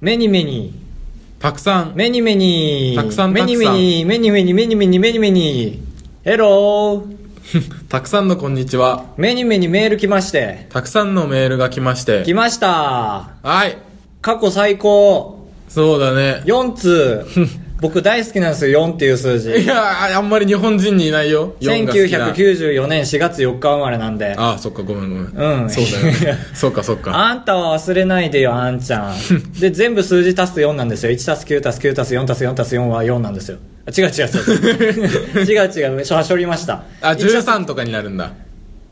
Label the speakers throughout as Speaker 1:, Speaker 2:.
Speaker 1: 目に目に
Speaker 2: たくさん
Speaker 1: 目に目に
Speaker 2: たくさん
Speaker 1: 目に目に目に目に目に目に目に目にヘロー
Speaker 2: たくさんのこんにちは
Speaker 1: 目に目にメール来まして
Speaker 2: たくさんのメールが来まして
Speaker 1: 来ました
Speaker 2: はい
Speaker 1: 過去最高
Speaker 2: そうだね
Speaker 1: 4通 僕大好きなんですよ4っていう数字
Speaker 2: いやーあんまり日本人にいないよ四が好きな
Speaker 1: 1994年4月4日生まれなんで
Speaker 2: ああそっかごめんごめん
Speaker 1: うん
Speaker 2: そうだ よねそうかそうか
Speaker 1: あんたは忘れないでよあんち ゃんで全部数字足すと4なんですよ1足す9足す9足す4足す4足す4は4なんですよあ違う違う違う違う 違うしょはしょりました
Speaker 2: あ13とかになるんだ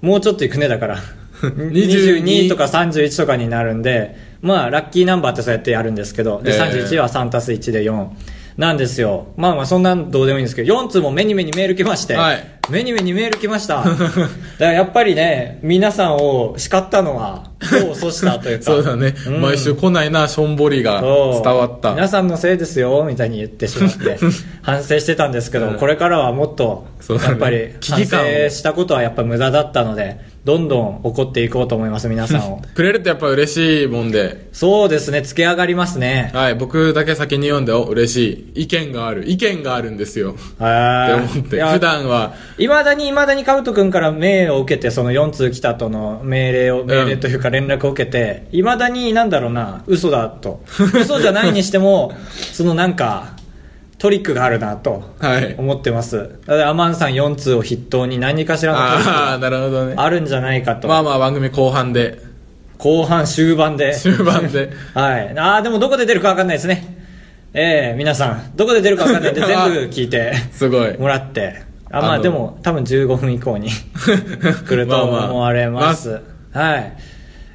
Speaker 1: もうちょっといくねだ から
Speaker 2: 22
Speaker 1: 22とか31とかになるんでまあラッキーナンバーってそうやってやるんですけどで
Speaker 2: えー
Speaker 1: 31は3足す1で4なんですよまあまあそんなんどうでもいいんですけど4通も目に目にメール来まして、
Speaker 2: はい
Speaker 1: 目に目にメール来ま しただからやっぱりね皆さんを叱ったのは功を奏したというか
Speaker 2: そうだね、
Speaker 1: ん
Speaker 2: 毎週来ないなしょんぼりが伝
Speaker 1: そう
Speaker 2: わった
Speaker 1: 皆さんのせいですよみたいに言ってしまって 反省してたんですけど、
Speaker 2: うん
Speaker 1: これからはもっと
Speaker 2: そうだね
Speaker 1: やっぱり
Speaker 2: 危
Speaker 1: 反省
Speaker 2: 機感を
Speaker 1: したことはやっぱ無駄だったのでどんどん怒っていこうと思います皆さん を
Speaker 2: くれるとやっぱ嬉しいもんで
Speaker 1: そうですねつけ上がりますね
Speaker 2: はい僕だけ先に読んでお嬉しい意見がある意見があるんですよって
Speaker 1: は
Speaker 2: 思って
Speaker 1: いや
Speaker 2: 普段はい
Speaker 1: まだにいまだにカウト君から命を受けてその4通来たとの命令を命令というか連絡を受けていま、未だになんだろうな嘘だと嘘じゃないにして もそのなんかトリックがあるなと
Speaker 2: はい
Speaker 1: 思ってます。だからアマンさん4通を筆頭に何かしらのトリック
Speaker 2: ああなるほどね
Speaker 1: があるんじゃないかと。
Speaker 2: まあまあ番組後半で
Speaker 1: 後半終盤で。
Speaker 2: 終盤で
Speaker 1: はい。ああ、でもどこで出るかわかんないですね。ええ皆さん、どこで出るかわかんないん で全部聞いて
Speaker 2: すごい
Speaker 1: もらって。あ、ま
Speaker 2: あ
Speaker 1: あ
Speaker 2: の
Speaker 1: でも多分15分以降 に来ると思われます。
Speaker 2: ま
Speaker 1: はい。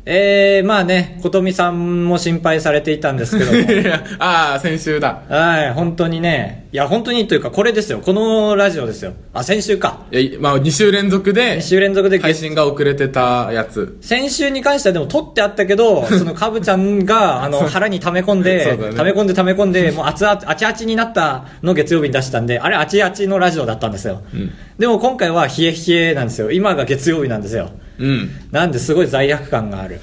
Speaker 1: ええまあね、ことみさんも心配されていたんですけども。
Speaker 2: いやああ先週だ
Speaker 1: はい、本当にね。いや、本当にというか、これですよ。このラジオですよ。あ、先週か。
Speaker 2: えまあ2週連続で
Speaker 1: 2週連続でゲ
Speaker 2: 配
Speaker 1: ス
Speaker 2: 信が遅れてたやつ
Speaker 1: 先週に関してはでも撮ってあったけ ど、そのカブちゃんが、あの、腹に溜め込ん
Speaker 2: そ
Speaker 1: で、
Speaker 2: うだね
Speaker 1: 溜め込んで溜め込んで、もう熱々、あちあちになったのを月曜日に出したんで、あれあちあちのラジオだったんですよ。
Speaker 2: ん
Speaker 1: でも今回は冷え冷えなんですよ。今が月曜日なんですよ。
Speaker 2: うん
Speaker 1: なんですごい罪悪感がある。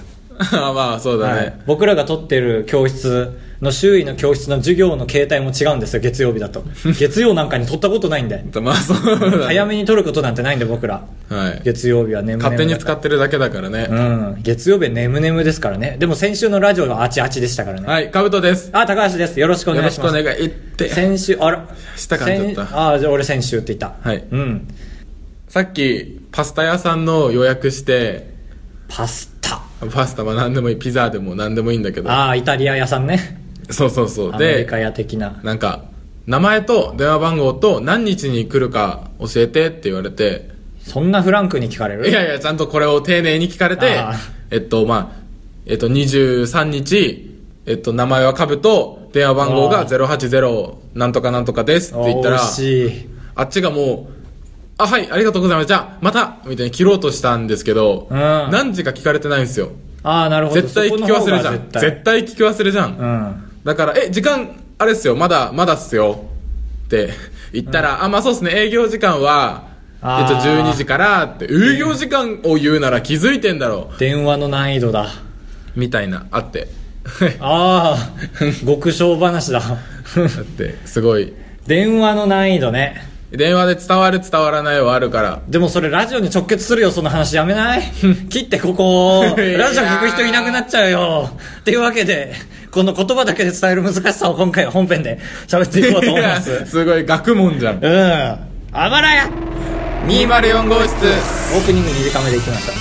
Speaker 2: ああまあそうだね、
Speaker 1: はい僕らが撮ってる教室の周囲の教室の授業の形態も違うんですよ、月曜日 だと。月曜なんかに撮ったことないんで。
Speaker 2: まあそうだね
Speaker 1: 早めに撮ることなんてないんで僕ら。
Speaker 2: はい
Speaker 1: 月曜日は眠々
Speaker 2: 勝手に使
Speaker 1: っ
Speaker 2: ってるだけだからね、
Speaker 1: うん。月曜日は眠々ですからね。でも先週のラジオはあちあちでしたからね。
Speaker 2: はいかぶとです
Speaker 1: あ、高橋です。よろしくお
Speaker 2: よ
Speaker 1: 願
Speaker 2: ろ
Speaker 1: い
Speaker 2: し
Speaker 1: し
Speaker 2: くお
Speaker 1: ます。
Speaker 2: 願いって
Speaker 1: 先週、あら。
Speaker 2: 下噛んじゃった
Speaker 1: 先あ、じゃあ俺先週って言った。
Speaker 2: はい
Speaker 1: うん。
Speaker 2: さっきパスタ屋さんの予約して
Speaker 1: パスタ。
Speaker 2: パスタは何でもいいピザでも何でもいいんだけど
Speaker 1: あーイタリア屋さんね。
Speaker 2: そうそうそ
Speaker 1: ア
Speaker 2: う
Speaker 1: メリ
Speaker 2: で
Speaker 1: カ屋的な。
Speaker 2: なんか名前と電話番号と何日に来るか教えてって言われて
Speaker 1: そんなフランクに聞かれる
Speaker 2: いやいや、ちゃんとこれを丁寧に聞かれて
Speaker 1: ああ、
Speaker 2: えっと、まあ、えっと、23日、えっと、名前はカブと、電話番号が
Speaker 1: ああ
Speaker 2: 080なんとかなんとかですって言ったら
Speaker 1: あ、美味しい。
Speaker 2: あっちがもう、あ、はい、ありがとうございます。じゃあ、またみたいに切ろうとしたんですけど、
Speaker 1: うん
Speaker 2: 何時か聞かれてないんですよ。
Speaker 1: ああ、なるほど。
Speaker 2: 絶対
Speaker 1: そ
Speaker 2: 聞
Speaker 1: この
Speaker 2: き
Speaker 1: 方
Speaker 2: 忘れ
Speaker 1: が
Speaker 2: じゃん。
Speaker 1: 絶
Speaker 2: 絶
Speaker 1: 対
Speaker 2: 対聞き忘れじゃ
Speaker 1: う
Speaker 2: ん。
Speaker 1: ん。
Speaker 2: だから、え、時間、あれっすよ、まだ、まだっすよ、って言ったら、あ、まあそうっすね、営業時間は、え
Speaker 1: あ
Speaker 2: っ
Speaker 1: ー
Speaker 2: と、12時からって、営業時間を言うなら気づいてんだろ
Speaker 1: 電話の難易度だ。
Speaker 2: う、みたいな、あって。
Speaker 1: ああ、 極小話だ。
Speaker 2: あって、すごい。
Speaker 1: 電話の難易度ね。
Speaker 2: 電話で伝わる伝わらないはあるから。
Speaker 1: でもそれラジオに直結するよ、その話やめない 切ってここ。ラジオ聞く人いなくなっちゃうよ。っていうわけで、この言葉だけで伝える難しさを今回は本編で喋って いこうと思います。
Speaker 2: すごい、学問じゃん。
Speaker 1: うん。あばらや
Speaker 2: 204号室。
Speaker 1: オープニング短めでいきました。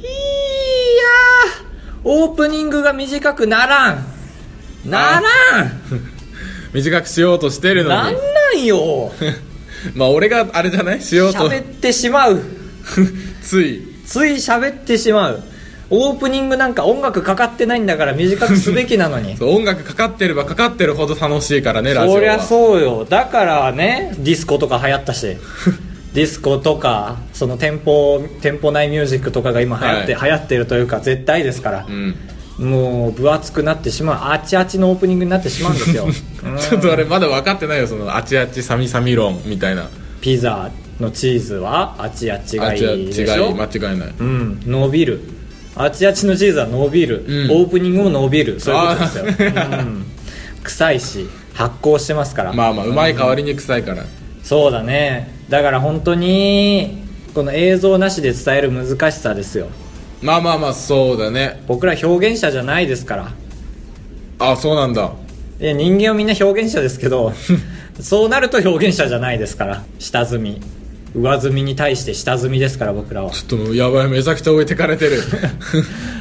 Speaker 1: いやーオープニングが短くならんならん
Speaker 2: 短くしようとしてる
Speaker 1: な
Speaker 2: の
Speaker 1: ん
Speaker 2: に。
Speaker 1: なんよ
Speaker 2: まあ俺があれじゃないしようと、
Speaker 1: 喋ってしまう
Speaker 2: つい。
Speaker 1: つい喋ってしまうオープニングなんか音楽かかってないんだから短くすべきなのに
Speaker 2: そう音楽かかってればかかってるほど楽しいからねラジオは
Speaker 1: そりゃそうよだからねディスコとか流行った しディスコとかその店舗店舗内ミュージックとかが今流行って、
Speaker 2: は
Speaker 1: 流行ってるというか絶対ですから
Speaker 2: う、ん、
Speaker 1: もう分厚くなってしまうあちあちのオープニングになってしまうん ですよ、うん
Speaker 2: ちょっとあれまだ分かってないよそのあちあちさみさみ論みたいな
Speaker 1: ピザのチーズはあちあちが
Speaker 2: あ
Speaker 1: い
Speaker 2: ちあ
Speaker 1: い
Speaker 2: ち
Speaker 1: で
Speaker 2: が
Speaker 1: し
Speaker 2: いい
Speaker 1: ょ
Speaker 2: 間違いない
Speaker 1: うん伸びるあちあちのチーズは伸びる、
Speaker 2: うん
Speaker 1: オープニングも伸びるそういうことですよ、
Speaker 2: あー
Speaker 1: うん臭いし発酵してますから
Speaker 2: まあまあうまい代わりに臭いから
Speaker 1: そうだねだから本当にこの映像なしで伝える難しさですよ
Speaker 2: まあまあまあそうだね
Speaker 1: 僕ら表現者じゃないですから
Speaker 2: あそうなんだ
Speaker 1: いや人間はみんな表現者ですけど そうなると表現者じゃないですから下積み上積みに対して下積みですから僕らは
Speaker 2: ちょっともうやばいめちゃくちゃ置いてかれ てる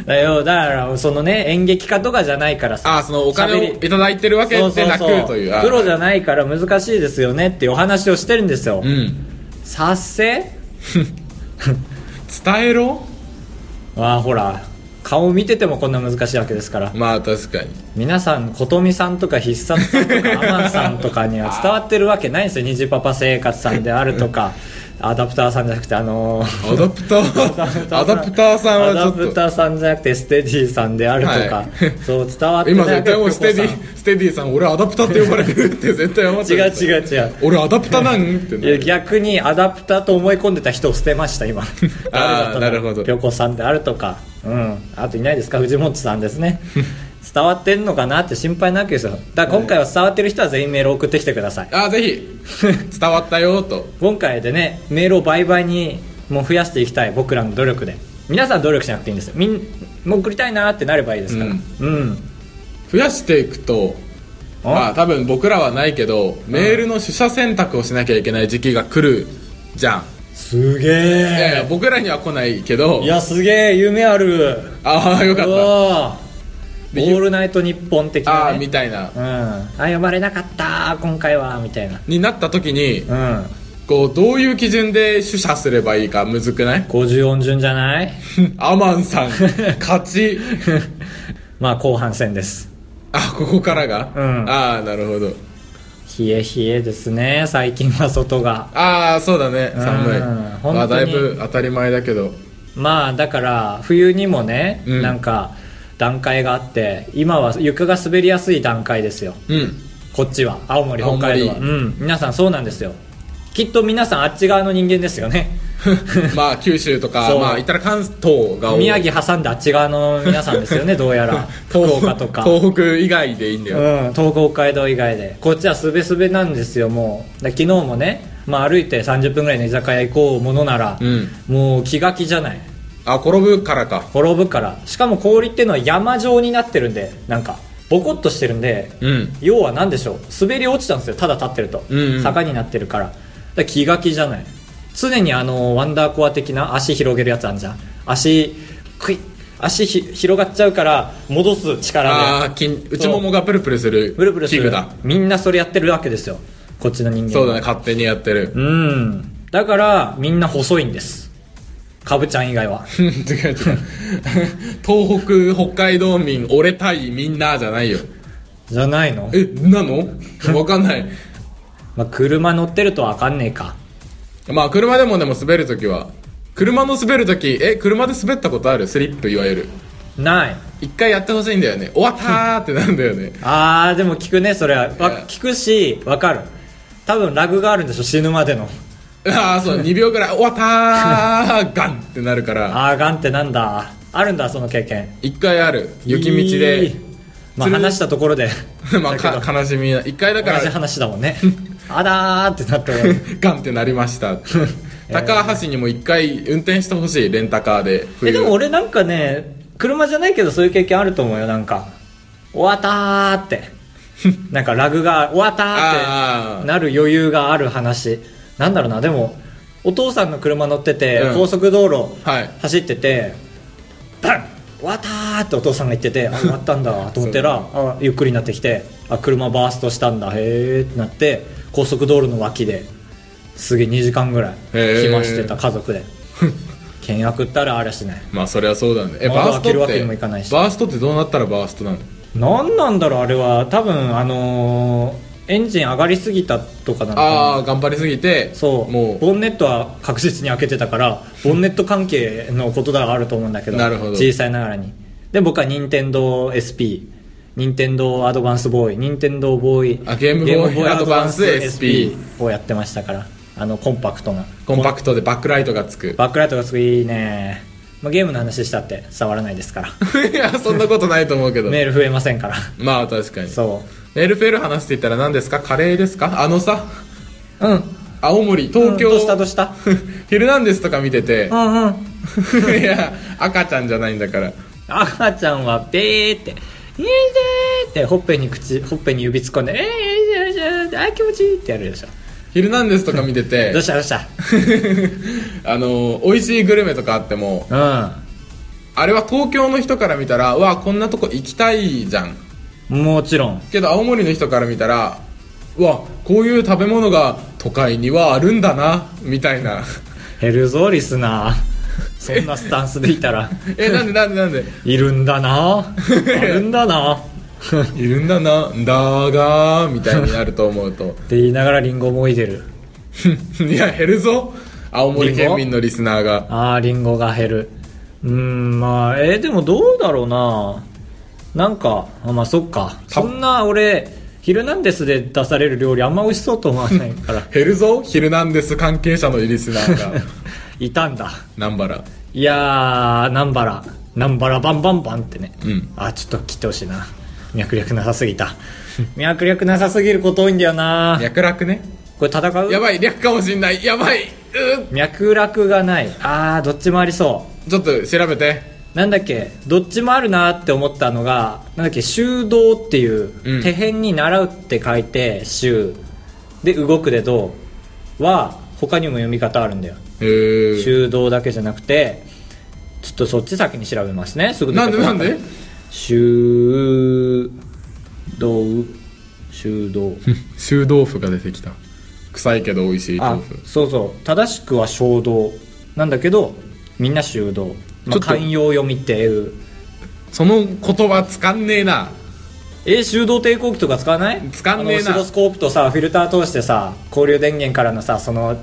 Speaker 1: だよだからそのね演劇家とかじゃないからさ
Speaker 2: あそのお金
Speaker 1: 喋
Speaker 2: を
Speaker 1: り
Speaker 2: いただいてるわけ
Speaker 1: そう
Speaker 2: で
Speaker 1: そう
Speaker 2: なくと
Speaker 1: そ
Speaker 2: いう
Speaker 1: う
Speaker 2: あ
Speaker 1: プロじゃないから難しいですよねっていうお話をしてるんですよ、
Speaker 2: うん
Speaker 1: 察せ
Speaker 2: 伝えろ
Speaker 1: ああほら顔見ててもこんな難しいわけですから
Speaker 2: まあ確かに
Speaker 1: 皆さん琴美さんとか必殺さんとかアマンさんとかには伝わってるわけないんですよ虹パパ生活さんであるとかアダプターさんじゃなくてあのー
Speaker 2: アダプターアダプターさんは
Speaker 1: アダ
Speaker 2: ちょ
Speaker 1: プ
Speaker 2: っと
Speaker 1: ターさんじゃなくてステディさんであるとか、
Speaker 2: はい
Speaker 1: そう伝わって
Speaker 2: 今
Speaker 1: ない
Speaker 2: 絶対もうステデ
Speaker 1: ピョコ
Speaker 2: ィステディさん俺アダプターって呼ばれてるって絶対思っ
Speaker 1: さ
Speaker 2: て
Speaker 1: ん
Speaker 2: る
Speaker 1: 違う違う違う
Speaker 2: 俺アダプターなんって
Speaker 1: いや逆にアダプターと思い込んでた人を捨てました今
Speaker 2: あー
Speaker 1: 誰だったの
Speaker 2: なるほど
Speaker 1: ピョコさんであるとかうんあといないですか藤本さんです ね伝わってんのかなって心配なわけですよだから今回は伝わってる人は全員メール送ってきてください
Speaker 2: あ ぜひ伝わったよと
Speaker 1: 今回でねメールを倍々にもう増やしていきたい僕らの努力で皆さん努力しなくていいんですよみんもう送りたいなーってなればいいですから
Speaker 2: う
Speaker 1: うんん、
Speaker 2: 増やしていくと
Speaker 1: あ
Speaker 2: まあ多分僕らはないけどメールの取捨選択をしなきゃいけない時期が来るじゃん
Speaker 1: すげ
Speaker 2: いやいや
Speaker 1: え
Speaker 2: 僕らには来ないけど
Speaker 1: いやすげえ夢ある
Speaker 2: ああよか
Speaker 1: う
Speaker 2: っ
Speaker 1: わー
Speaker 2: で
Speaker 1: オールナイトニッポン的
Speaker 2: たあ
Speaker 1: な、
Speaker 2: あーみ
Speaker 1: ね、
Speaker 2: たいな
Speaker 1: うんあ呼ばれなかったー今回はみたいな
Speaker 2: になった時に
Speaker 1: うん
Speaker 2: こうどういう基準で取捨すればいいかむずくない
Speaker 1: 50音順じゃない
Speaker 2: アマンさん勝ち
Speaker 1: まあ後半戦です
Speaker 2: あここからが、
Speaker 1: うん
Speaker 2: ああなるほど
Speaker 1: 冷え冷えですね最近は外が
Speaker 2: ああそうだね寒い
Speaker 1: うん本当に
Speaker 2: まあだいぶ当たり前だけど
Speaker 1: まあだから冬にもね、
Speaker 2: うん
Speaker 1: なんか段階があって今は床が滑りやすい段階ですよ
Speaker 2: うん
Speaker 1: こっちは青森北海道は
Speaker 2: 青
Speaker 1: う
Speaker 2: 森
Speaker 1: ん皆さんそうなんですよきっと皆さんあっち側の人間ですよ ね
Speaker 2: まあ九州とか
Speaker 1: そう
Speaker 2: まあ言ったら関東が多い
Speaker 1: 宮城挟んであっち側の皆さんですよ ねどうやら福
Speaker 2: 東
Speaker 1: 岡とか
Speaker 2: 東北以外でいいんだよ、
Speaker 1: うん、東北北海道以外でこっちはすべすべなんですよもうだ昨日もね、まあ、歩いて30分ぐらいの居酒屋行こうものなら、
Speaker 2: うん
Speaker 1: もう気が気じゃない
Speaker 2: あ転ぶからか
Speaker 1: 転ぶからしかも氷っていうのは山状になってるんでなんかボコッとしてるんで、
Speaker 2: うん
Speaker 1: 要は何でしょう滑り落ちたんですよただ立ってると、
Speaker 2: うんうん
Speaker 1: 坂になってるからだから気が気じゃない常にあのワンダーコア的な足広げるやつあんじゃん足クイッ足ひ広がっちゃうから戻す力で
Speaker 2: ああー内ももがプルプルする
Speaker 1: ブルブルす
Speaker 2: 器
Speaker 1: る
Speaker 2: 具だ
Speaker 1: みんなそれやってるわけですよこっちの人間は
Speaker 2: そうだね勝手にやってる
Speaker 1: うんだからみんな細いんですかぶちゃん以外は
Speaker 2: 違う違う東北北海道民俺対みんなじゃないよ
Speaker 1: じゃないの、
Speaker 2: えなのわかんない
Speaker 1: まあ、車乗ってるとわかんねえか
Speaker 2: まあ車でもでも滑るときは車の滑るときえ車で滑ったことあるスリップいわゆる
Speaker 1: ない
Speaker 2: 一回やってほしいんだよね終わったーってなんだよね
Speaker 1: あーでも聞くねそれはわ
Speaker 2: いや
Speaker 1: 聞くしわかる多分ラグがあるんでしょ死ぬまでの
Speaker 2: ああそう2秒ぐらい終わったーガンってなるから
Speaker 1: あーガンってなんだあるんだその経験
Speaker 2: 一回ある雪道で
Speaker 1: いいまあ
Speaker 2: つる
Speaker 1: 話したところで
Speaker 2: まあ
Speaker 1: だけど
Speaker 2: か悲しみな一回だか
Speaker 1: 同じ
Speaker 2: ら
Speaker 1: 話だもん ねあだーってなって終わる
Speaker 2: ガンってなりました 高橋にも一回運転してほしいレンタカーで
Speaker 1: え
Speaker 2: 冬
Speaker 1: でも俺なんかね車じゃないけどそういう経験あると思うよなんか終わったーって なんかラグが終わったー
Speaker 2: あ
Speaker 1: っ
Speaker 2: ー
Speaker 1: てなる余裕がある話なんだろうなでもお父さんの車乗ってて、
Speaker 2: うん
Speaker 1: 高速道路
Speaker 2: はい
Speaker 1: 走っててバン終わったーってお父さんが言っててあ終わったん だと思ったらあゆっくりになってきてあ車バーストしたんだへーってなって高速道路の脇ですげえ2時間ぐらい
Speaker 2: へー
Speaker 1: 暇してた家族で昨倹約ったらあれしない
Speaker 2: まあそりゃそうだねえ
Speaker 1: 窓
Speaker 2: バー
Speaker 1: 開
Speaker 2: ス
Speaker 1: ける
Speaker 2: ト
Speaker 1: わ
Speaker 2: っ
Speaker 1: け
Speaker 2: て
Speaker 1: にもいかないし
Speaker 2: バーストってどうなったらバーストなの
Speaker 1: 何なんだろうあれは多分あのーエンジン上がりすぎたとかなのかな
Speaker 2: ああ頑張りすぎて
Speaker 1: そう
Speaker 2: もう
Speaker 1: ボンネットは確実に開けてたからボンネット関係のことだがあると思うんだけど
Speaker 2: なるほど
Speaker 1: 小さいながらにで僕は任天堂 SP 任天堂アドバンスボーイ任天堂ボーイ
Speaker 2: あゲームボーイアドバンス SP
Speaker 1: をやってましたからあのコンパクトな
Speaker 2: コンパクトでバックライトがつく
Speaker 1: バックライトがすごいいいね、まあ、ゲームの話したって触らないですから
Speaker 2: いやそんなことないと思う けど
Speaker 1: メール増えませんから
Speaker 2: まあ確かに
Speaker 1: そ
Speaker 2: メルフェル話して言ったら何ですかカレーですかあのさ
Speaker 1: ううん
Speaker 2: 青森東京、
Speaker 1: うんどうしたどうした
Speaker 2: ヒルナンデスとか見てて
Speaker 1: うんうん
Speaker 2: いや赤ちゃんじゃないんだから
Speaker 1: 赤ちゃんはべーって「いいじゃー」ってほっぺに口ほっぺに指突っ込んで「えー、いいじゃーいいじゃーあー気持ちいい」ってやるでしょ
Speaker 2: ヒルナンデスとか見 てて
Speaker 1: どうしたどうした
Speaker 2: あの美味しいグルメとかあっても
Speaker 1: う
Speaker 2: あれは東京の人から見たらうわこんなとこ行きたいじゃん
Speaker 1: んもちろん
Speaker 2: けど青森の人から見たらうわこういう食べ物が都会にはあるんだなみたいな
Speaker 1: 減るぞリスナーそんなスタンスでいたら
Speaker 2: えなんでなんでなんで
Speaker 1: いるんだなあるんだなっ
Speaker 2: いるんだなんだがみたいになると思うと
Speaker 1: て言いながらリンゴもいでる
Speaker 2: いや減るぞ青森県民のリスナーが
Speaker 1: ああリンゴが減るうーんまあえーでもどうだろうななんかあまあそっか
Speaker 2: た
Speaker 1: そんな俺「ヒルナンデス」で出される料理あんま美味しそうと思わないから
Speaker 2: 減るぞヒルナンデス関係者のリスナー が
Speaker 1: いたんだ
Speaker 2: 南原
Speaker 1: いやー南原南原バンバンバンってね、
Speaker 2: うん
Speaker 1: あーちょっと切ってほしいな脈略なさすぎた 脈略なさすぎること多いんだよな
Speaker 2: 脈絡ね
Speaker 1: これ戦う
Speaker 2: やばい略かもしんないやばいうっ
Speaker 1: 脈絡がないあーどっちもありそう
Speaker 2: ちょっと調べて
Speaker 1: なんだっけどっちもあるなって思ったのがなんだっけ修道っていう、
Speaker 2: うん
Speaker 1: 手辺に習うって書いて修で動くで道は他にも読み方あるんだよ
Speaker 2: へー
Speaker 1: 修道だけじゃなくてちょっとそっち先に調べますねすぐ出
Speaker 2: な
Speaker 1: て
Speaker 2: ん
Speaker 1: く
Speaker 2: で
Speaker 1: る
Speaker 2: なん で
Speaker 1: 修道修 道
Speaker 2: 臭豆腐が出てきた臭いけど美味しい
Speaker 1: あ
Speaker 2: 豆腐
Speaker 1: そうそう正しくは衝動なんだけどみんな修道、ま
Speaker 2: ち
Speaker 1: あ、
Speaker 2: ょっと
Speaker 1: 寛容読みっていう
Speaker 2: その言葉使んねえな
Speaker 1: え修道抵抗器とか使わない
Speaker 2: 使んねえな
Speaker 1: あのオシロスコープとさフィルター通してさ交流電源からのさその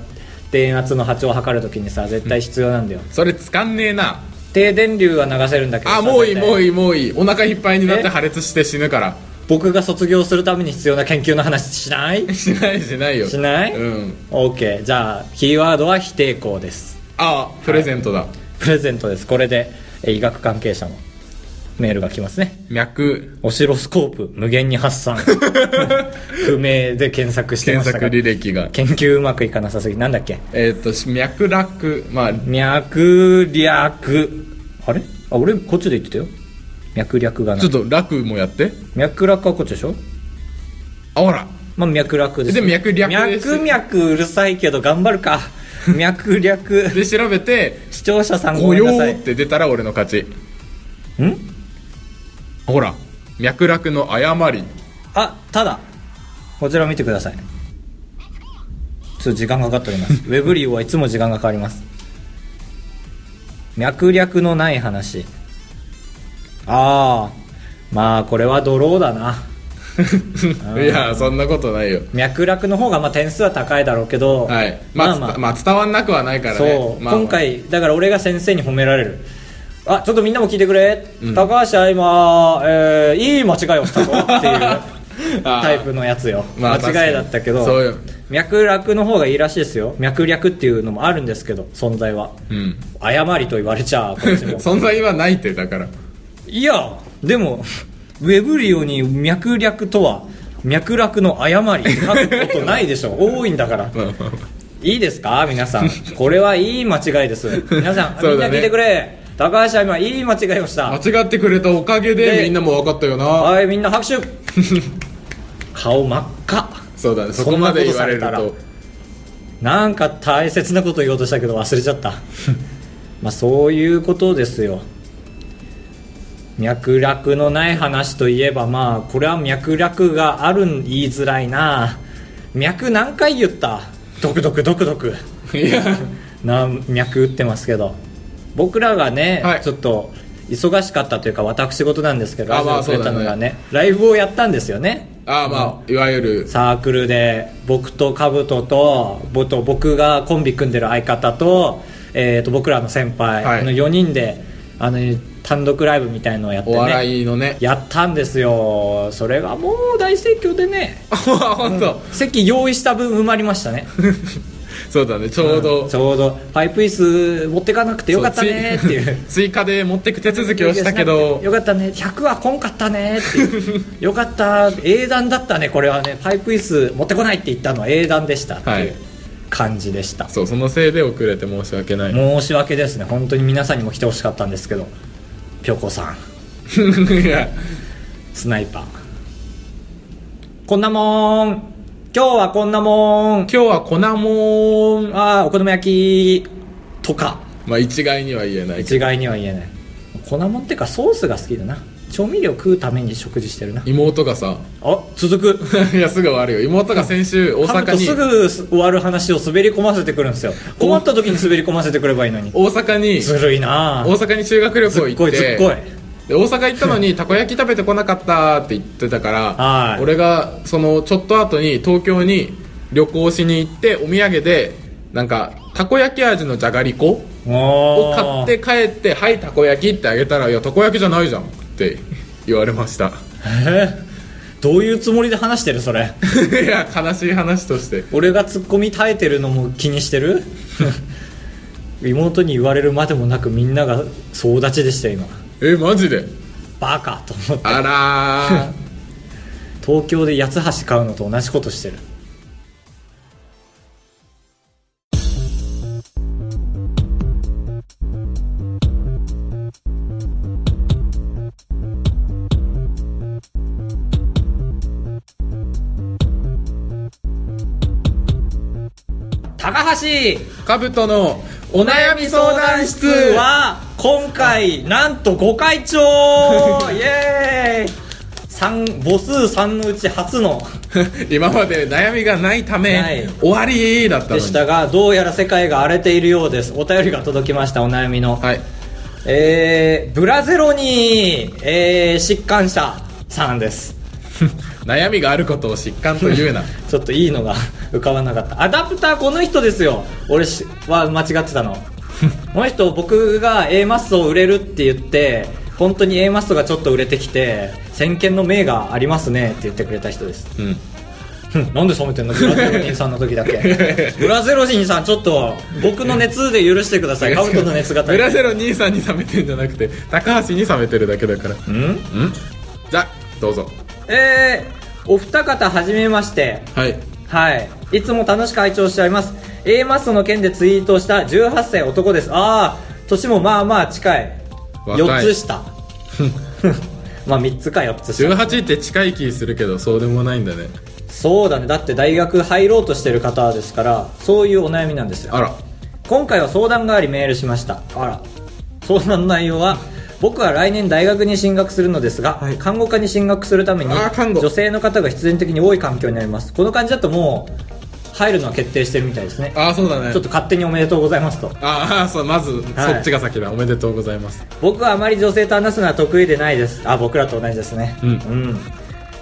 Speaker 1: 電圧の波長を測るときにさ絶対必要なんだよ、
Speaker 2: それ使んねえな
Speaker 1: 低電流は流せるんだけど
Speaker 2: あもういいも
Speaker 1: いう
Speaker 2: いいもういいお腹いっぱいになっ
Speaker 1: え
Speaker 2: て破裂して死ぬから
Speaker 1: 僕が卒業するために必要な研究の話しない
Speaker 2: しないしないよ
Speaker 1: しない
Speaker 2: うん
Speaker 1: ?OK じゃあキーワードは非抵抗です
Speaker 2: あプレゼントだ、
Speaker 1: プレゼントですこれでえ医学関係者のメールが来ますね
Speaker 2: 脈
Speaker 1: オシロスコープ無限に発 散不明で検索してま
Speaker 2: 検
Speaker 1: した
Speaker 2: 索
Speaker 1: が
Speaker 2: 履歴が
Speaker 1: 研究うまくいかなさすぎなんだっけ
Speaker 2: えーっ、とし脈絡まあ
Speaker 1: 脈略あれあ俺こっちで言ってたよ脈略がな
Speaker 2: ちょ
Speaker 1: い
Speaker 2: っと楽もやって
Speaker 1: 脈略はこっちでしょ
Speaker 2: あほら
Speaker 1: まあ脈略です
Speaker 2: で脈略です
Speaker 1: 脈脈うるさいけど頑張るか脈略
Speaker 2: で調べて
Speaker 1: 視聴者さ
Speaker 2: 「
Speaker 1: んご
Speaker 2: 御
Speaker 1: めん
Speaker 2: 用
Speaker 1: なさ」い
Speaker 2: っ
Speaker 1: ん
Speaker 2: て出たら俺の勝ちほら脈絡の誤り
Speaker 1: あただこちら見てくださいちょっと時間かかっております ウェブリーはいつも時間がかかります脈略のない話ああまあこれはドローだな
Speaker 2: いやそんなことないよ
Speaker 1: 脈絡の方がまあ点数は高いだろうけど、
Speaker 2: はいまあ
Speaker 1: まあま
Speaker 2: つ
Speaker 1: あ、
Speaker 2: まあ伝わんなくはないからね
Speaker 1: そう、
Speaker 2: まあまあ
Speaker 1: 今回だから俺が先生に褒められるあちょっとみんなも聞いてくれ、
Speaker 2: うん
Speaker 1: 高橋は今、えーいい間違いをしたぞ っていう
Speaker 2: あー
Speaker 1: タイプのやつよ、
Speaker 2: まあ
Speaker 1: 間違いだったけど
Speaker 2: そうよ
Speaker 1: 脈絡の方がいいらしいですよ脈略っていうのもあるんですけど存在は
Speaker 2: うん
Speaker 1: 誤りと言われちゃうこっ ちも
Speaker 2: 存在はないってだから
Speaker 1: いやでもウェブリオに脈略とは脈絡の誤り書くことないでしょ多いんだから
Speaker 2: まあまあ
Speaker 1: いいですか皆 さんこれはいい間違いです皆さん、
Speaker 2: そ
Speaker 1: み
Speaker 2: うん
Speaker 1: な
Speaker 2: だね
Speaker 1: 聞いてくれ高橋は今いい間違いをした
Speaker 2: 間違ってくれたおかげで
Speaker 1: で
Speaker 2: みんなも分かったよな
Speaker 1: はいみんな 拍手顔真っ赤
Speaker 2: そうだねそ
Speaker 1: そ
Speaker 2: こ
Speaker 1: んな
Speaker 2: ま
Speaker 1: こと
Speaker 2: で言われる
Speaker 1: されたら
Speaker 2: と
Speaker 1: なんか大切なこと言おうとしたけど忘れちゃった まあそういうことですよ脈絡のない話といえばまあこれは脈絡があるん言いづらいな脈何回言ったドクドクドクドク
Speaker 2: いや
Speaker 1: な脈打ってますけど僕らがね、
Speaker 2: はい
Speaker 1: ちょっと忙しかったというか私事なんですけど
Speaker 2: あまあ
Speaker 1: ラジオを撮れたのが
Speaker 2: そうだ
Speaker 1: ねライブをやったんですよね
Speaker 2: ああまあいわゆる
Speaker 1: サークルで僕と兜と僕と僕がコンビ組んでる相方と,、えー、と僕らの先
Speaker 2: は
Speaker 1: 輩
Speaker 2: い
Speaker 1: の4人で、あの単独ライブみたいのをやって
Speaker 2: お
Speaker 1: ね
Speaker 2: 笑いのね
Speaker 1: やったんですよそれがもう大盛況でね
Speaker 2: あ本当
Speaker 1: 席用意した分埋まりました ね
Speaker 2: そうだねちょうど
Speaker 1: ちょうどパイプ椅子持ってかなくてよかったねっていう
Speaker 2: そうつい 追加で持ってく手続きをしたけど
Speaker 1: よかったね100はこんかったねっていう よかった英断だったねこれはねパイプ椅子持ってこないって言ったのは英断でしたって
Speaker 2: はいいう
Speaker 1: 感じでした、
Speaker 2: そうそのせいで遅れて申し訳ない
Speaker 1: 申し訳ですね本当に皆さんにも来てほしかったんですけどぴょこさん
Speaker 2: いや
Speaker 1: スナイパーこんなもん今日はこんなもん
Speaker 2: 今日は粉もん
Speaker 1: ああお好み焼きとか
Speaker 2: まあ一概には言えないけ
Speaker 1: 一概には言えない粉もんってかソースが好きだな調味料食うために食事してるな
Speaker 2: ど妹がさ
Speaker 1: あ続く
Speaker 2: いやすぐ終わるよ妹が先週大
Speaker 1: 噛む
Speaker 2: 阪
Speaker 1: とす
Speaker 2: に
Speaker 1: ぐ終わる話を滑り込ませてくるんですよ困った時に滑り込ませてくればいいのに
Speaker 2: 大阪に
Speaker 1: ずるいな
Speaker 2: 大
Speaker 1: ぁ
Speaker 2: 阪に修学旅
Speaker 1: ず
Speaker 2: 行
Speaker 1: っ
Speaker 2: 行
Speaker 1: こ
Speaker 2: っ
Speaker 1: いずってこい
Speaker 2: で大阪行ったのにたこ焼き食べてこなかったって言ってたから、
Speaker 1: はい
Speaker 2: 俺がそのちょっと後に東京に旅行しに行ってお土産でなんかたこ焼き味のじゃがりこを
Speaker 1: お
Speaker 2: 買
Speaker 1: ー
Speaker 2: って帰って「はいたこ焼き」ってあげたら「いやたこ焼きじゃないじゃん」って言われました
Speaker 1: えーどういうつもりで話してるそれ
Speaker 2: いや悲しい話として
Speaker 1: 俺がツッコミ耐えてるのも気にしてる妹に言われるまでもなくみんなが総立ちでしたよ今
Speaker 2: えマジで
Speaker 1: バカと思って
Speaker 2: あらー
Speaker 1: 東京で八つ橋買うのと同じことしてる高橋
Speaker 2: かぶとのお悩み相談室
Speaker 1: は今回なんと5会長イエーイ三母数3のうち初の
Speaker 2: 今まで悩みがないため、
Speaker 1: ない
Speaker 2: 終わりだったの
Speaker 1: で
Speaker 2: に
Speaker 1: したがどうやら世界が荒れているようですお便りが届きましたお悩みの、
Speaker 2: はい
Speaker 1: えー、ブラゼロに、えー、疾患者さんです
Speaker 2: 悩みがあることを疾患と言 うな
Speaker 1: ちょっといいのが浮かばなかったアダプターこの人ですよ俺しは間違ってたの この人僕が A マッソを売れるって言って本当に A マッソがちょっと売れてきて先見の明がありますねって言ってくれた人です
Speaker 2: うん
Speaker 1: ふん なんで冷めてんのブラゼロ人さんの時だ けブラゼロ人さんちょっと僕の熱で許してくださ いカブトの熱が足
Speaker 2: ブ
Speaker 1: り
Speaker 2: ラ
Speaker 1: ない
Speaker 2: ゼロ兄さんに冷めてんじゃなくて高橋に冷めてるだけだからうん
Speaker 1: ん
Speaker 2: じゃあどうぞ
Speaker 1: えー、お二方はじめまして
Speaker 2: はい
Speaker 1: はい。いつも楽しく拝聴しております。A マッソの件でツイートした18歳男です。ああ、年もまあまあ近い。
Speaker 2: 若い
Speaker 1: 4つ下。 まあ3つか4つ下。
Speaker 2: 18って近い気するけどそうでもないんだね
Speaker 1: そうだね。だって大学入ろうとしてる方ですから、そういうお悩みなんですよ。
Speaker 2: あら
Speaker 1: 今回は相談がありメールしました。あら。相談の内容は、僕は来年大学に進学するのですが、
Speaker 2: はい
Speaker 1: 看護科に進学するために
Speaker 2: あー看護
Speaker 1: 女性の方が必然的に多い環境になります。この感じだともう、入るのは決定してるみたいですね。
Speaker 2: ああそうだね
Speaker 1: ちょっと勝手におめでとうございますと
Speaker 2: ああそうまず、
Speaker 1: はい
Speaker 2: そっちが先だおめでとうござい ます
Speaker 1: 僕はあまり女性と話すのは得意でないですあ僕らと同じですね
Speaker 2: うん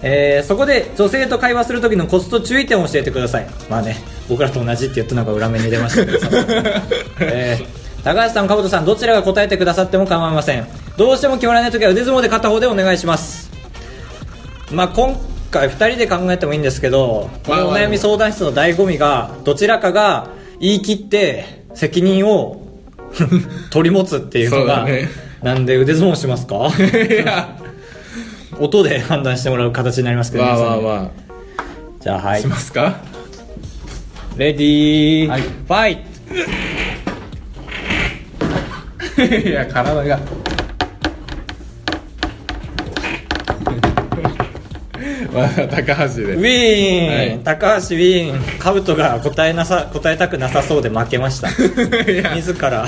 Speaker 1: えーそこで女性と会話する時のコツと注意点を教えてくださいまあね僕らと同じって言ったのが裏目に出ましたけど えー高橋さん、かぶとさん、どちらが答えてくださっても構いません。どうしても決まらないときは腕相撲で片方でお願いします。まあ、今回2人で考えてもいいんですけど、このお悩み相談室の醍醐味がどちらかが言い切って責任を 取り持つっていうのが
Speaker 2: そうだね
Speaker 1: なんで腕相撲します か
Speaker 2: いや
Speaker 1: 音で判断してもらう形になりますけど、
Speaker 2: わあわあ
Speaker 1: 皆さんに
Speaker 2: わ
Speaker 1: じゃあは
Speaker 2: あ
Speaker 1: い
Speaker 2: しま すか
Speaker 1: レディー、
Speaker 2: はい
Speaker 1: ファイ
Speaker 2: いや体 がまあ
Speaker 1: ト
Speaker 2: 高橋で
Speaker 1: ウィーン、
Speaker 2: はい
Speaker 1: 高橋ウィーンカブトが答えなさ答えたくなさそうで負けま した
Speaker 2: いや
Speaker 1: 自ら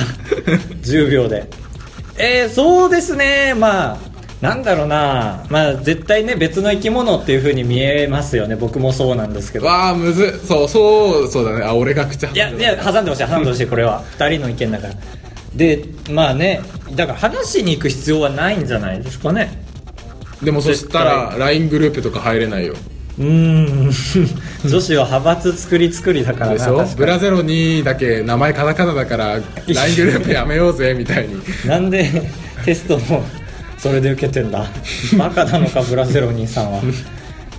Speaker 1: 10秒でえー、そうですねまあなんだろうなまあ絶対ね別の生き物っていう風に見えますよね僕もそうなんですけど
Speaker 2: わあむずっそうそうそうだねあ俺が口挟ん
Speaker 1: い
Speaker 2: で
Speaker 1: やいや挟んでほしい挟んでほしいこれは2人の意見だからでまあねだから話しに行く必要はないんじゃないですかね
Speaker 2: でもそしたら LINE グループとか入れないよ
Speaker 1: うーん 女子は派閥作り作りだから
Speaker 2: でしょ
Speaker 1: な確
Speaker 2: ブ
Speaker 1: か
Speaker 2: ラゼロにだけ名前カタカナだから LINE グループやめようぜみたいに
Speaker 1: になんでテストもそれで受けてんだバカなのかブラゼロ兄さんは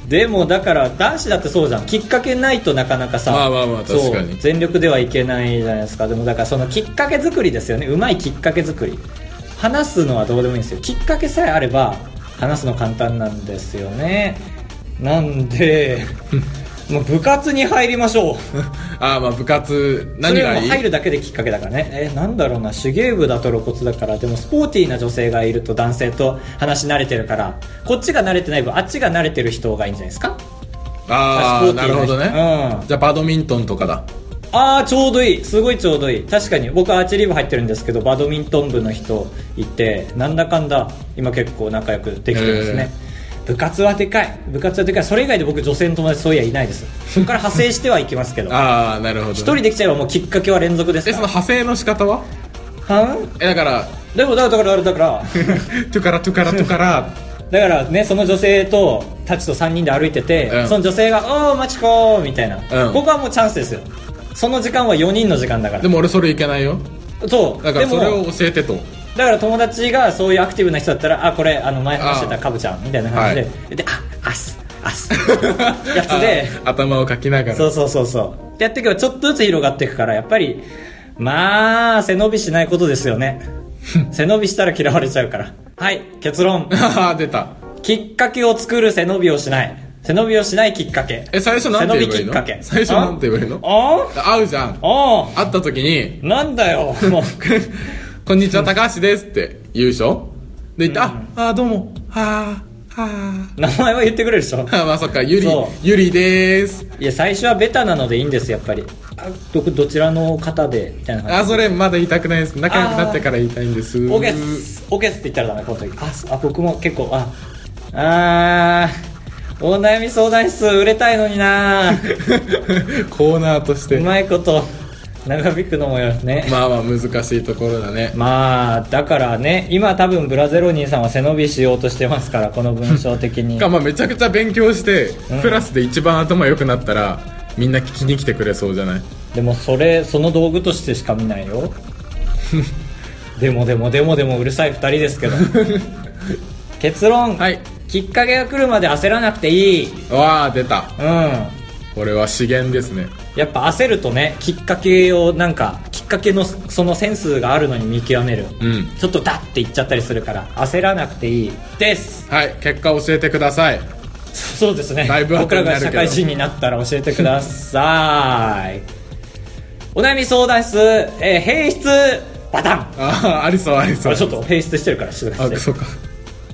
Speaker 1: でもだから男子だってそうじゃんきっかけないとなかなかさ
Speaker 2: まあまあまあ
Speaker 1: そう
Speaker 2: 確かに
Speaker 1: 全力ではいけないじゃないですかでもだからそのきっかけ作りですよねうまいきっかけ作り話すのはどうでもいいんですよきっかけさえあれば話すの簡単なんですよねなん でもう部活に入りましょう
Speaker 2: ああまあ部活何がい
Speaker 1: それも
Speaker 2: い
Speaker 1: 入るだけできっかけだからねえーなんだろうな手芸部だと露骨だからでもスポーティーな女性がいると男性と話し慣れてるからこっちが慣れてない分あっちが慣れてる人がいいんじゃないですか
Speaker 2: あ
Speaker 1: スポー
Speaker 2: あ
Speaker 1: テ
Speaker 2: な
Speaker 1: ィー
Speaker 2: るほどね、
Speaker 1: うん
Speaker 2: じゃあバドミントンとかだ
Speaker 1: ああちょうどいいすごいちょうどいい確かに僕アーチェリー部入ってるんですけどバドミントン部の人いてなんだかんだ今結構仲良くできてますね部活はでかい部活はでかいそれ以外で僕女性の友達そういやいないですそこから派生してはいきますけど
Speaker 2: ああなるほど、ね、
Speaker 1: 一人できちゃえばもうきっかけは連続です
Speaker 2: え
Speaker 1: か
Speaker 2: その
Speaker 1: ら
Speaker 2: 派生の仕方は
Speaker 1: はん
Speaker 2: えだから
Speaker 1: でもだからだからだから
Speaker 2: トゥカラトゥカラトゥカラ
Speaker 1: だからねその女性とたちと3人で歩いてて、
Speaker 2: うん
Speaker 1: その女性が「おーマチコー」みたいな、
Speaker 2: うん
Speaker 1: ここはもうチャンスですよその時間は4人の時間だから
Speaker 2: でも俺それいけないよ
Speaker 1: そう
Speaker 2: だか
Speaker 1: で
Speaker 2: らそれを
Speaker 1: も
Speaker 2: 教えて と
Speaker 1: だから友達がそういうアクティブな人だったら「あこれあの前話してた
Speaker 2: あー
Speaker 1: カブちゃん」みたいな感じで、
Speaker 2: は
Speaker 1: で「ああっすあっす」やつ で
Speaker 2: あ頭をかきながら
Speaker 1: そうそうそうそうでやっていけばちょっとずつ広がっていくからやっぱりまあ背伸びしないことですよ ね背伸びしたら嫌われちゃうからはい結論
Speaker 2: ああ出た
Speaker 1: きっかけを作る背伸びをしない背伸びをしないきっかけ
Speaker 2: え最初なんて言えばい
Speaker 1: 背
Speaker 2: い
Speaker 1: 伸びきっかけ
Speaker 2: の最初なんて言えばいいの
Speaker 1: あ
Speaker 2: 会うじゃん
Speaker 1: ああ
Speaker 2: 会った時に
Speaker 1: なんだよもう
Speaker 2: 「こんにちは高橋です」って言うでしょで言って「ああーどうもはあは
Speaker 1: 名前は言ってくれるでしょ
Speaker 2: あ」 あまあそっかゆり
Speaker 1: そう
Speaker 2: ゆりでーす
Speaker 1: いや最初はベタなのでいいんですやっぱりあどどちらの方でみたいな感
Speaker 2: あそれまだ言いたくないです仲良くなってから言いたいんです
Speaker 1: じオケスオケスって言ったらダメこの時あそあ僕も結構ああーお悩み相談室売れたいのにな
Speaker 2: コーナーとして
Speaker 1: うまいこと長引くのもよね
Speaker 2: まあまあ難しいところだね
Speaker 1: まあだからね今多分ブラゼロ兄さんは背伸びしようとしてますからこの文章的に
Speaker 2: かまあめちゃくちゃ勉強して
Speaker 1: うん
Speaker 2: クラスで一番頭良くなったらみんな聞きに来てくれそうじゃない
Speaker 1: でもそれその道具としてしか見ないよ でもでもでもでもうるさい2人です けど結論、
Speaker 2: はい
Speaker 1: きっかけが来るまで焦らなくていいうん
Speaker 2: わあ出たこれは資源ですね
Speaker 1: やっぱ焦るとねきっかけをなんかきっかけのそのセンスがあるのに見極める、
Speaker 2: うん
Speaker 1: ちょっとダッていっちゃったりするから焦らなくていいです
Speaker 2: はい結果教えてください
Speaker 1: そうですね
Speaker 2: だいぶ後
Speaker 1: 僕
Speaker 2: に
Speaker 1: ら
Speaker 2: な
Speaker 1: が
Speaker 2: るけど
Speaker 1: 社会人になったら教えてくださいお悩み相談室、えー、平出パタン
Speaker 2: ああありそうありそ
Speaker 1: あ
Speaker 2: う
Speaker 1: ちょっと平出してるから静か
Speaker 2: あ
Speaker 1: にして
Speaker 2: そうか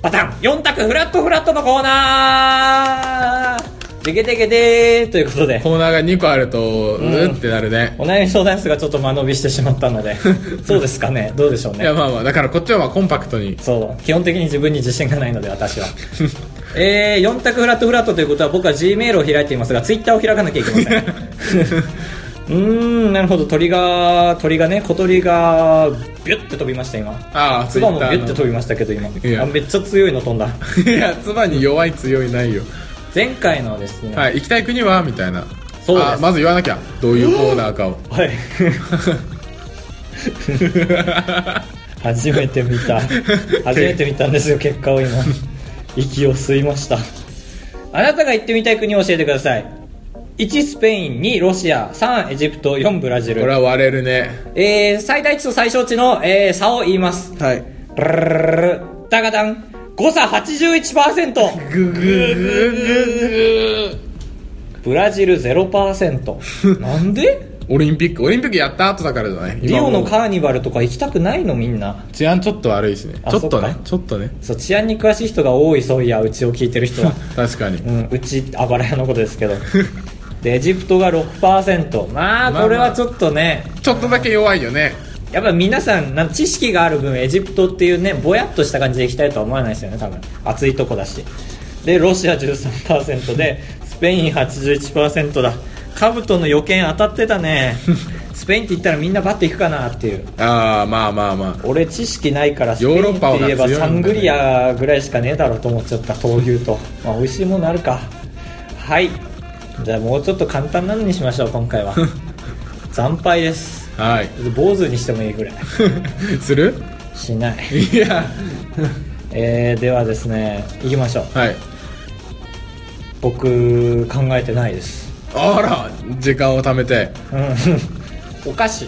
Speaker 1: パタン4択フラットフラットのコーナーでけでけでーということで
Speaker 2: コーナーが2個あるとうーってなるね
Speaker 1: お悩み相談室がちょっと間延びしてしまった のでそうですかねどうでしょう
Speaker 2: い
Speaker 1: ね
Speaker 2: やまあまあだからこっちはまあコンパクトに
Speaker 1: そう基本的に自分に自信がないので私は えー、4択フラットフラットということは僕は G メールを開いていますが Twitter を開かなきゃいけません うーんなるほど鳥が鳥がね小鳥がビュッて飛びました今
Speaker 2: ああ
Speaker 1: 唾もビュッて
Speaker 2: ツ
Speaker 1: 飛びましたけど今
Speaker 2: や
Speaker 1: あめっちゃ強いの飛んだ
Speaker 2: イッターのいやつばに弱い強いないよ
Speaker 1: 前回のですね
Speaker 2: はい行きたい国はみたいな
Speaker 1: そうです
Speaker 2: あまず言わなきゃどういうコーナーかを
Speaker 1: はい初めて見た初めて見たんですよ結果を今息を吸いましたあなたが行ってみたい国を教えてください1スペイン2ロシア3エジプト4ブラジ
Speaker 2: これ
Speaker 1: ル、
Speaker 2: は割れるね
Speaker 1: えー、最大値と最小値の、えー差を言います
Speaker 2: はい
Speaker 1: ルルルルルダガダン誤差81%
Speaker 2: グググググ
Speaker 1: ブラジル0%なん で
Speaker 2: オリンピックオリンピックやった後だからじゃない
Speaker 1: リオの
Speaker 2: もう
Speaker 1: カーニバルとか行きたくないのみんな
Speaker 2: 治安ちょっと悪いしね
Speaker 1: あ
Speaker 2: ちょっとね
Speaker 1: そっか
Speaker 2: ちょっとね
Speaker 1: そう治安に詳しい人が多いそういやうちを聞いてる人は
Speaker 2: 確かに
Speaker 1: うんうちあばら屋のことですけどでエジプトが6%まあ
Speaker 2: まあ
Speaker 1: これはちょっとね、
Speaker 2: ちょっとだけ弱いよね
Speaker 1: やっぱ皆さんなん知識がある分エジプトっていうねぼやっとした感じで行きたいとは思わないですよね多分暑いとこだしでロシア13%でスペイン81%だカブトの予見当たってたねスペインって言ったらみんなバッて行くかなっていう
Speaker 2: ああまあまあま
Speaker 1: 俺知識ないからスペ
Speaker 2: ヨ
Speaker 1: イ
Speaker 2: ー
Speaker 1: ン
Speaker 2: ロ
Speaker 1: っ
Speaker 2: ッ
Speaker 1: て
Speaker 2: パは
Speaker 1: 言えば
Speaker 2: 強いん
Speaker 1: サ
Speaker 2: だね
Speaker 1: ングリアぐらいしかねえだろうと思っちゃった闘牛と、まあ、美味しいものあるかはいじゃあもうちょっと簡単なのにしましょう今回は惨敗です
Speaker 2: あはい
Speaker 1: 坊主にしてもいいぐらい
Speaker 2: する
Speaker 1: しない、
Speaker 2: いや
Speaker 1: えー、ではですね行きましょう
Speaker 2: はい
Speaker 1: 僕考えてないです
Speaker 2: あら時間を貯めて
Speaker 1: うんお菓子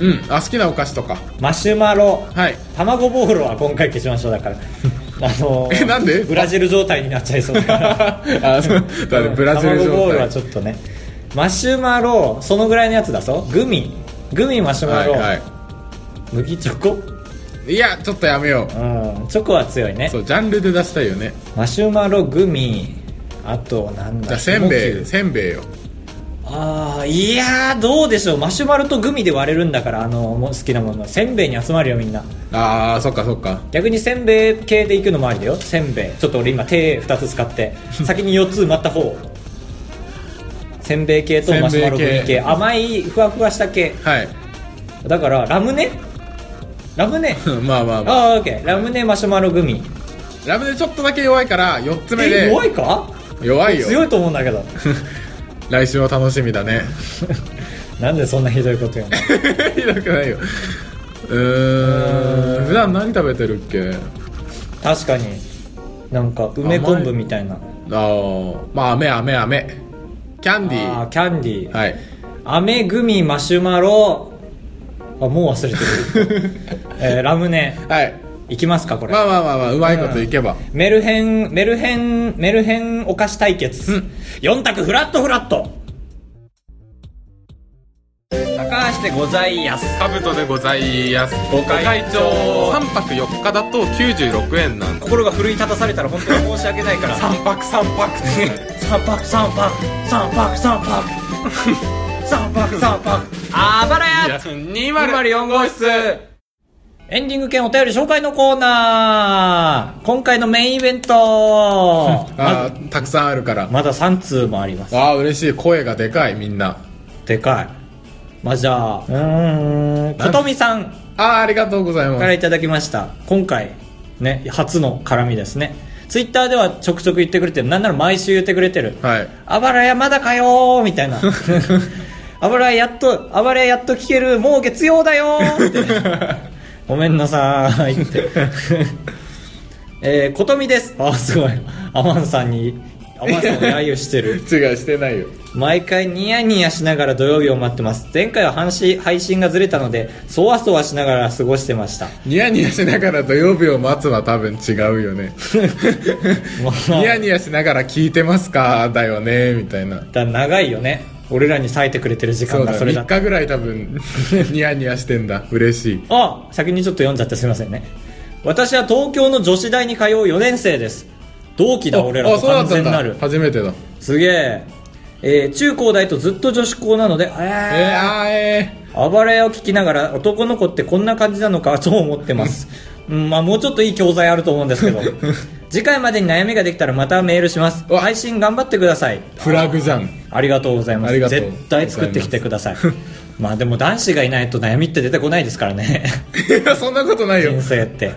Speaker 2: うんあ好きなお菓子とか
Speaker 1: マシュマロ
Speaker 2: はい
Speaker 1: 卵ボールは今回消しましょうだから あのー
Speaker 2: えなんで
Speaker 1: ブラジル状態になっちゃいそうだから
Speaker 2: あそうだねブラジル
Speaker 1: うん卵ボ
Speaker 2: 状
Speaker 1: ールは
Speaker 2: 態
Speaker 1: ちょっとねマシュマロそのぐらいのやつだぞグミグミマシュマ
Speaker 2: はい
Speaker 1: ロ、
Speaker 2: は
Speaker 1: 麦チョコ
Speaker 2: いいやちょっとやめよ
Speaker 1: うんチョコは強いうね
Speaker 2: そうジャンルで出したいよね
Speaker 1: マシュマログミあとなんだ
Speaker 2: じゃあせんべい
Speaker 1: 芋球
Speaker 2: せんべいよ
Speaker 1: ああいやーどうでしょうマシュマロとグミで割れるんだからあのもう好きなものせんべいに集まるよみんな
Speaker 2: ああそっかそっか
Speaker 1: 逆にせんべい系でいくのもありだよせんべいちょっと俺今手2つ使 って先に4つ埋まった方せんべい系とマシュマログミ
Speaker 2: せん
Speaker 1: 系
Speaker 2: べい系
Speaker 1: 甘いふわふわした系
Speaker 2: はい
Speaker 1: だからラムネラム ネ
Speaker 2: まあまあまあ
Speaker 1: ああオッケーラムネマシュマログミ
Speaker 2: ラムネちょっとだけ弱いから4つ目
Speaker 1: え
Speaker 2: で
Speaker 1: 弱いか
Speaker 2: 弱いよ
Speaker 1: 強いと思うんだけ ど
Speaker 2: 来週は楽しみだね
Speaker 1: なんでそんなひどいこと言うの
Speaker 2: ひどくないようーん普段何食べてるっけ
Speaker 1: 確かになんか梅昆布みたいな
Speaker 2: ああまあ飴飴飴キャンディ
Speaker 1: あー
Speaker 2: ー
Speaker 1: キャンディー
Speaker 2: はい
Speaker 1: 飴グミマシュマロあもう忘れてる、 えーラムネ
Speaker 2: はい
Speaker 1: いきますかこれ、
Speaker 2: まあまあまあまあうまいこといけば、
Speaker 1: メルヘンメルヘンメルヘンお菓子対決、4択フラットフラット高橋でございやす
Speaker 2: カブトでございますご
Speaker 1: 会長
Speaker 2: 3泊4日だと96円なんだ
Speaker 1: 心が奮い立たされたら本当に申し訳ない から
Speaker 2: 3泊3泊
Speaker 1: 三泊三泊三泊三 泊三泊三泊あばらや
Speaker 2: 204号室
Speaker 1: エンディング兼お便り紹介のコーナー今回のメインイベント
Speaker 2: あーたくさんあるから
Speaker 1: まだ3通もあります
Speaker 2: あー嬉しい声がでかいみんな
Speaker 1: でかいまあじゃあうーんことみさん
Speaker 2: あーありがとうございま
Speaker 1: から
Speaker 2: す
Speaker 1: いただきました今回ね初の絡みですねツイッターではちょくちょく言ってくれてるなんなら毎週言ってくれてる
Speaker 2: はい
Speaker 1: あばらやまだかよーみ たいなあばらややっとあばらややっと聞けるもう月曜だよーってごめんなさーいって えー、ことみですあすごいアマンさんにアマンさんを揶揄してる
Speaker 2: 違うしてないよ
Speaker 1: 毎回ニヤニヤしながら土曜日を待ってます前回は配信配信がずれたのでそわそわしながら過ごしてま した
Speaker 2: ニヤニヤしながら土曜日を待つは多分違うよ ねニヤニヤしながら聞いてますかだよねみたいな
Speaker 1: だ長いよね俺らに割いてくれてる時
Speaker 2: そ
Speaker 1: 間
Speaker 2: う
Speaker 1: が
Speaker 2: だ
Speaker 1: それだ
Speaker 2: 3日ぐらい 多分ニヤニヤしてんだ嬉しい
Speaker 1: あ先にちょっと読んじゃってすみませんね私は東京の女子大に通う4年生です同期だ俺ら
Speaker 2: あ
Speaker 1: と
Speaker 2: そうだ
Speaker 1: 完
Speaker 2: った
Speaker 1: 全
Speaker 2: ん
Speaker 1: なる
Speaker 2: だ初めてだ
Speaker 1: すげええー中高大とずっと女子校なので
Speaker 2: え
Speaker 1: え
Speaker 2: ー、あーえ
Speaker 1: 暴れを聞きながら男の子ってこんな感じなのかそう思って ます、うんまあ、もうちょっといい教材あると思うんですけど次回までに悩みができたらまたメールします
Speaker 2: うわ
Speaker 1: 配信頑張ってください
Speaker 2: ー、フラグじゃん
Speaker 1: ありがとうございま
Speaker 2: あ
Speaker 1: す
Speaker 2: りがとうございま
Speaker 1: 絶
Speaker 2: す
Speaker 1: 対作ってきてくだ さいまあでも男子がいないと悩みって出てこないですから ね
Speaker 2: いやそんなことないよ
Speaker 1: 人生って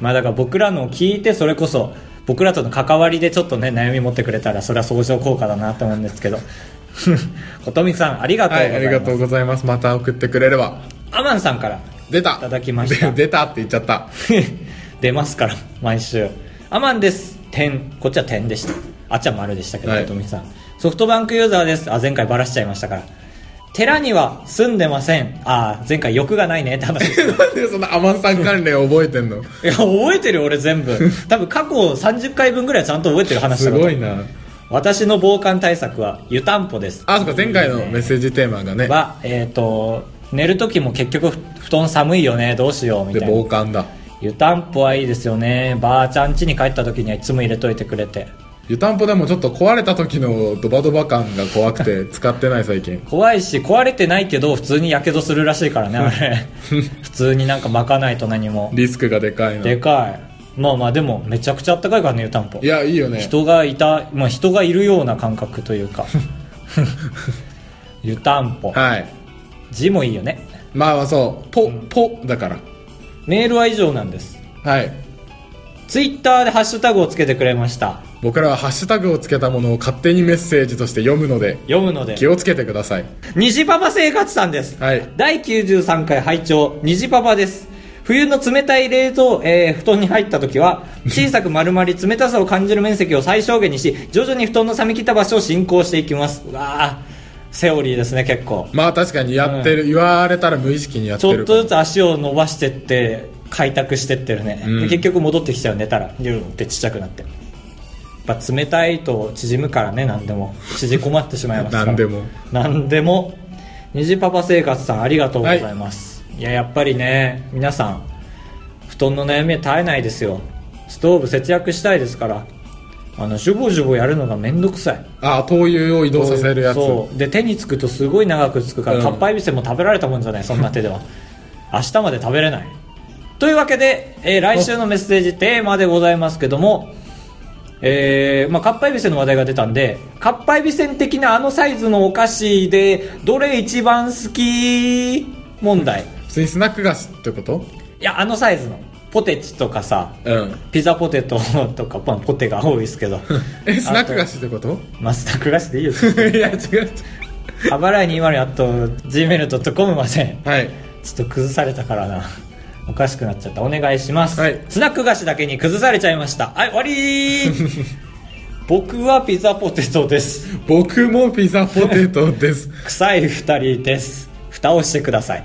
Speaker 1: まあだから僕らのを聞いてそれこそ僕らとの関わりでちょっとね悩み持ってくれたらそれは相乗効果だなと思うんですけど ことみさんありがとう
Speaker 2: は
Speaker 1: ございま
Speaker 2: い
Speaker 1: す、
Speaker 2: ありがとうございますまた送ってくれれば
Speaker 1: アマンさんから
Speaker 2: 出た
Speaker 1: いただきました
Speaker 2: で出たって言っちゃった
Speaker 1: 出ますから毎週アマンです点こっちは点でしたあっちは丸でしたけど
Speaker 2: はい
Speaker 1: とみさんソフトバンクユーザーですあ前回バラしちゃいましたから寺には住んでませんあ前回欲がないねって話 い
Speaker 2: なんでそんなアマンさん関連覚えてんの
Speaker 1: や覚えてるよ俺全部多分過去30回分ぐらいちゃんと覚えてる話
Speaker 2: す
Speaker 1: だと思
Speaker 2: ご
Speaker 1: う
Speaker 2: いな
Speaker 1: 私の防寒対策は湯たんぽです
Speaker 2: あそっか前回のメッセージテーマがね
Speaker 1: はえっ、と寝る時も結局ふ布団寒いよねどうしようみ
Speaker 2: で
Speaker 1: たいな
Speaker 2: 防寒だ
Speaker 1: 湯たんぽはいいですよねばあちゃん家に帰った時にはいつも入れといてくれて
Speaker 2: 湯たんぽでもちょっと壊れた時のドバドバ感が怖く て使ってない最近
Speaker 1: 怖いし壊れてないけど普通にやけどするらしいからねあれ普通になんか巻かないと何も
Speaker 2: リスクがでかいな
Speaker 1: でかいまあまあでもめちゃくちゃあったかいからね湯たんぽ
Speaker 2: いやいいよね
Speaker 1: 人がいた、まあ、人がいるような感覚というか湯たんぽ
Speaker 2: はい
Speaker 1: 字もいいよね
Speaker 2: まあまあそうポポだから
Speaker 1: メールは以上なんです
Speaker 2: はい
Speaker 1: ツイッターでハッシュタグをつけてくれました
Speaker 2: 僕らはハッシュタグをつけたものを勝手にメッセージとして読むので
Speaker 1: 読むので
Speaker 2: 気をつけてください
Speaker 1: 虹パパ生活さんです、
Speaker 2: はい
Speaker 1: 第93回拝聴虹パパです冬の冷たい冷蔵、えー布団に入った時 は小さく丸まり冷たさを感じる面積を最小限にし徐々に布団の冷め切った場所を進行していきますうわあセオリーですね結構
Speaker 2: まあ確かにやってる、言われたら無意識にやっ
Speaker 1: ち
Speaker 2: て
Speaker 1: ょ
Speaker 2: る
Speaker 1: っとずつ足を伸ばしてって開拓してってるね、
Speaker 2: うん
Speaker 1: で結局戻ってきちゃう寝たらギューンってちっちゃくなってやっぱ冷たいと縮むからね何でも縮こまってしまいますから
Speaker 2: 何でも
Speaker 1: 何でも虹パパ生活さんありがとうございます、い、ややっぱりね皆さん布団の悩みは絶えないですよストーブ節約したいですからあのジュボジュボやるのがめんどくさい
Speaker 2: ああ灯油を移動させるやつ
Speaker 1: そうで手につくとすごい長くつくから、
Speaker 2: うん
Speaker 1: かっぱえびせんも食べられたもんじゃないそんな手では明日まで食べれないというわけで、えー来週のメッセージテーマでございますけどもえーまあ、かっぱえびせんの話題が出たんでかっぱえびせん的なあのサイズのお菓子でどれ一番好き問題
Speaker 2: 普通にスナック菓子ってこと
Speaker 1: いやあのサイズのポテチとかさ
Speaker 2: うん
Speaker 1: ピザポテトとか、まあ、ポテが多いですけど
Speaker 2: えスナック菓
Speaker 1: 子
Speaker 2: 子ってこと
Speaker 1: マスターク菓子でいいよ
Speaker 2: いや違う違う
Speaker 1: あばらい204あと gmail.com まで
Speaker 2: はい
Speaker 1: ちょっと崩されたからなおかしくなっちゃったお願いします、
Speaker 2: はい
Speaker 1: スナック菓子だけに崩されちゃいましたはい終わり ー僕はピザポテトです
Speaker 2: 僕もピザポテトです
Speaker 1: 臭い2人です蓋をしてください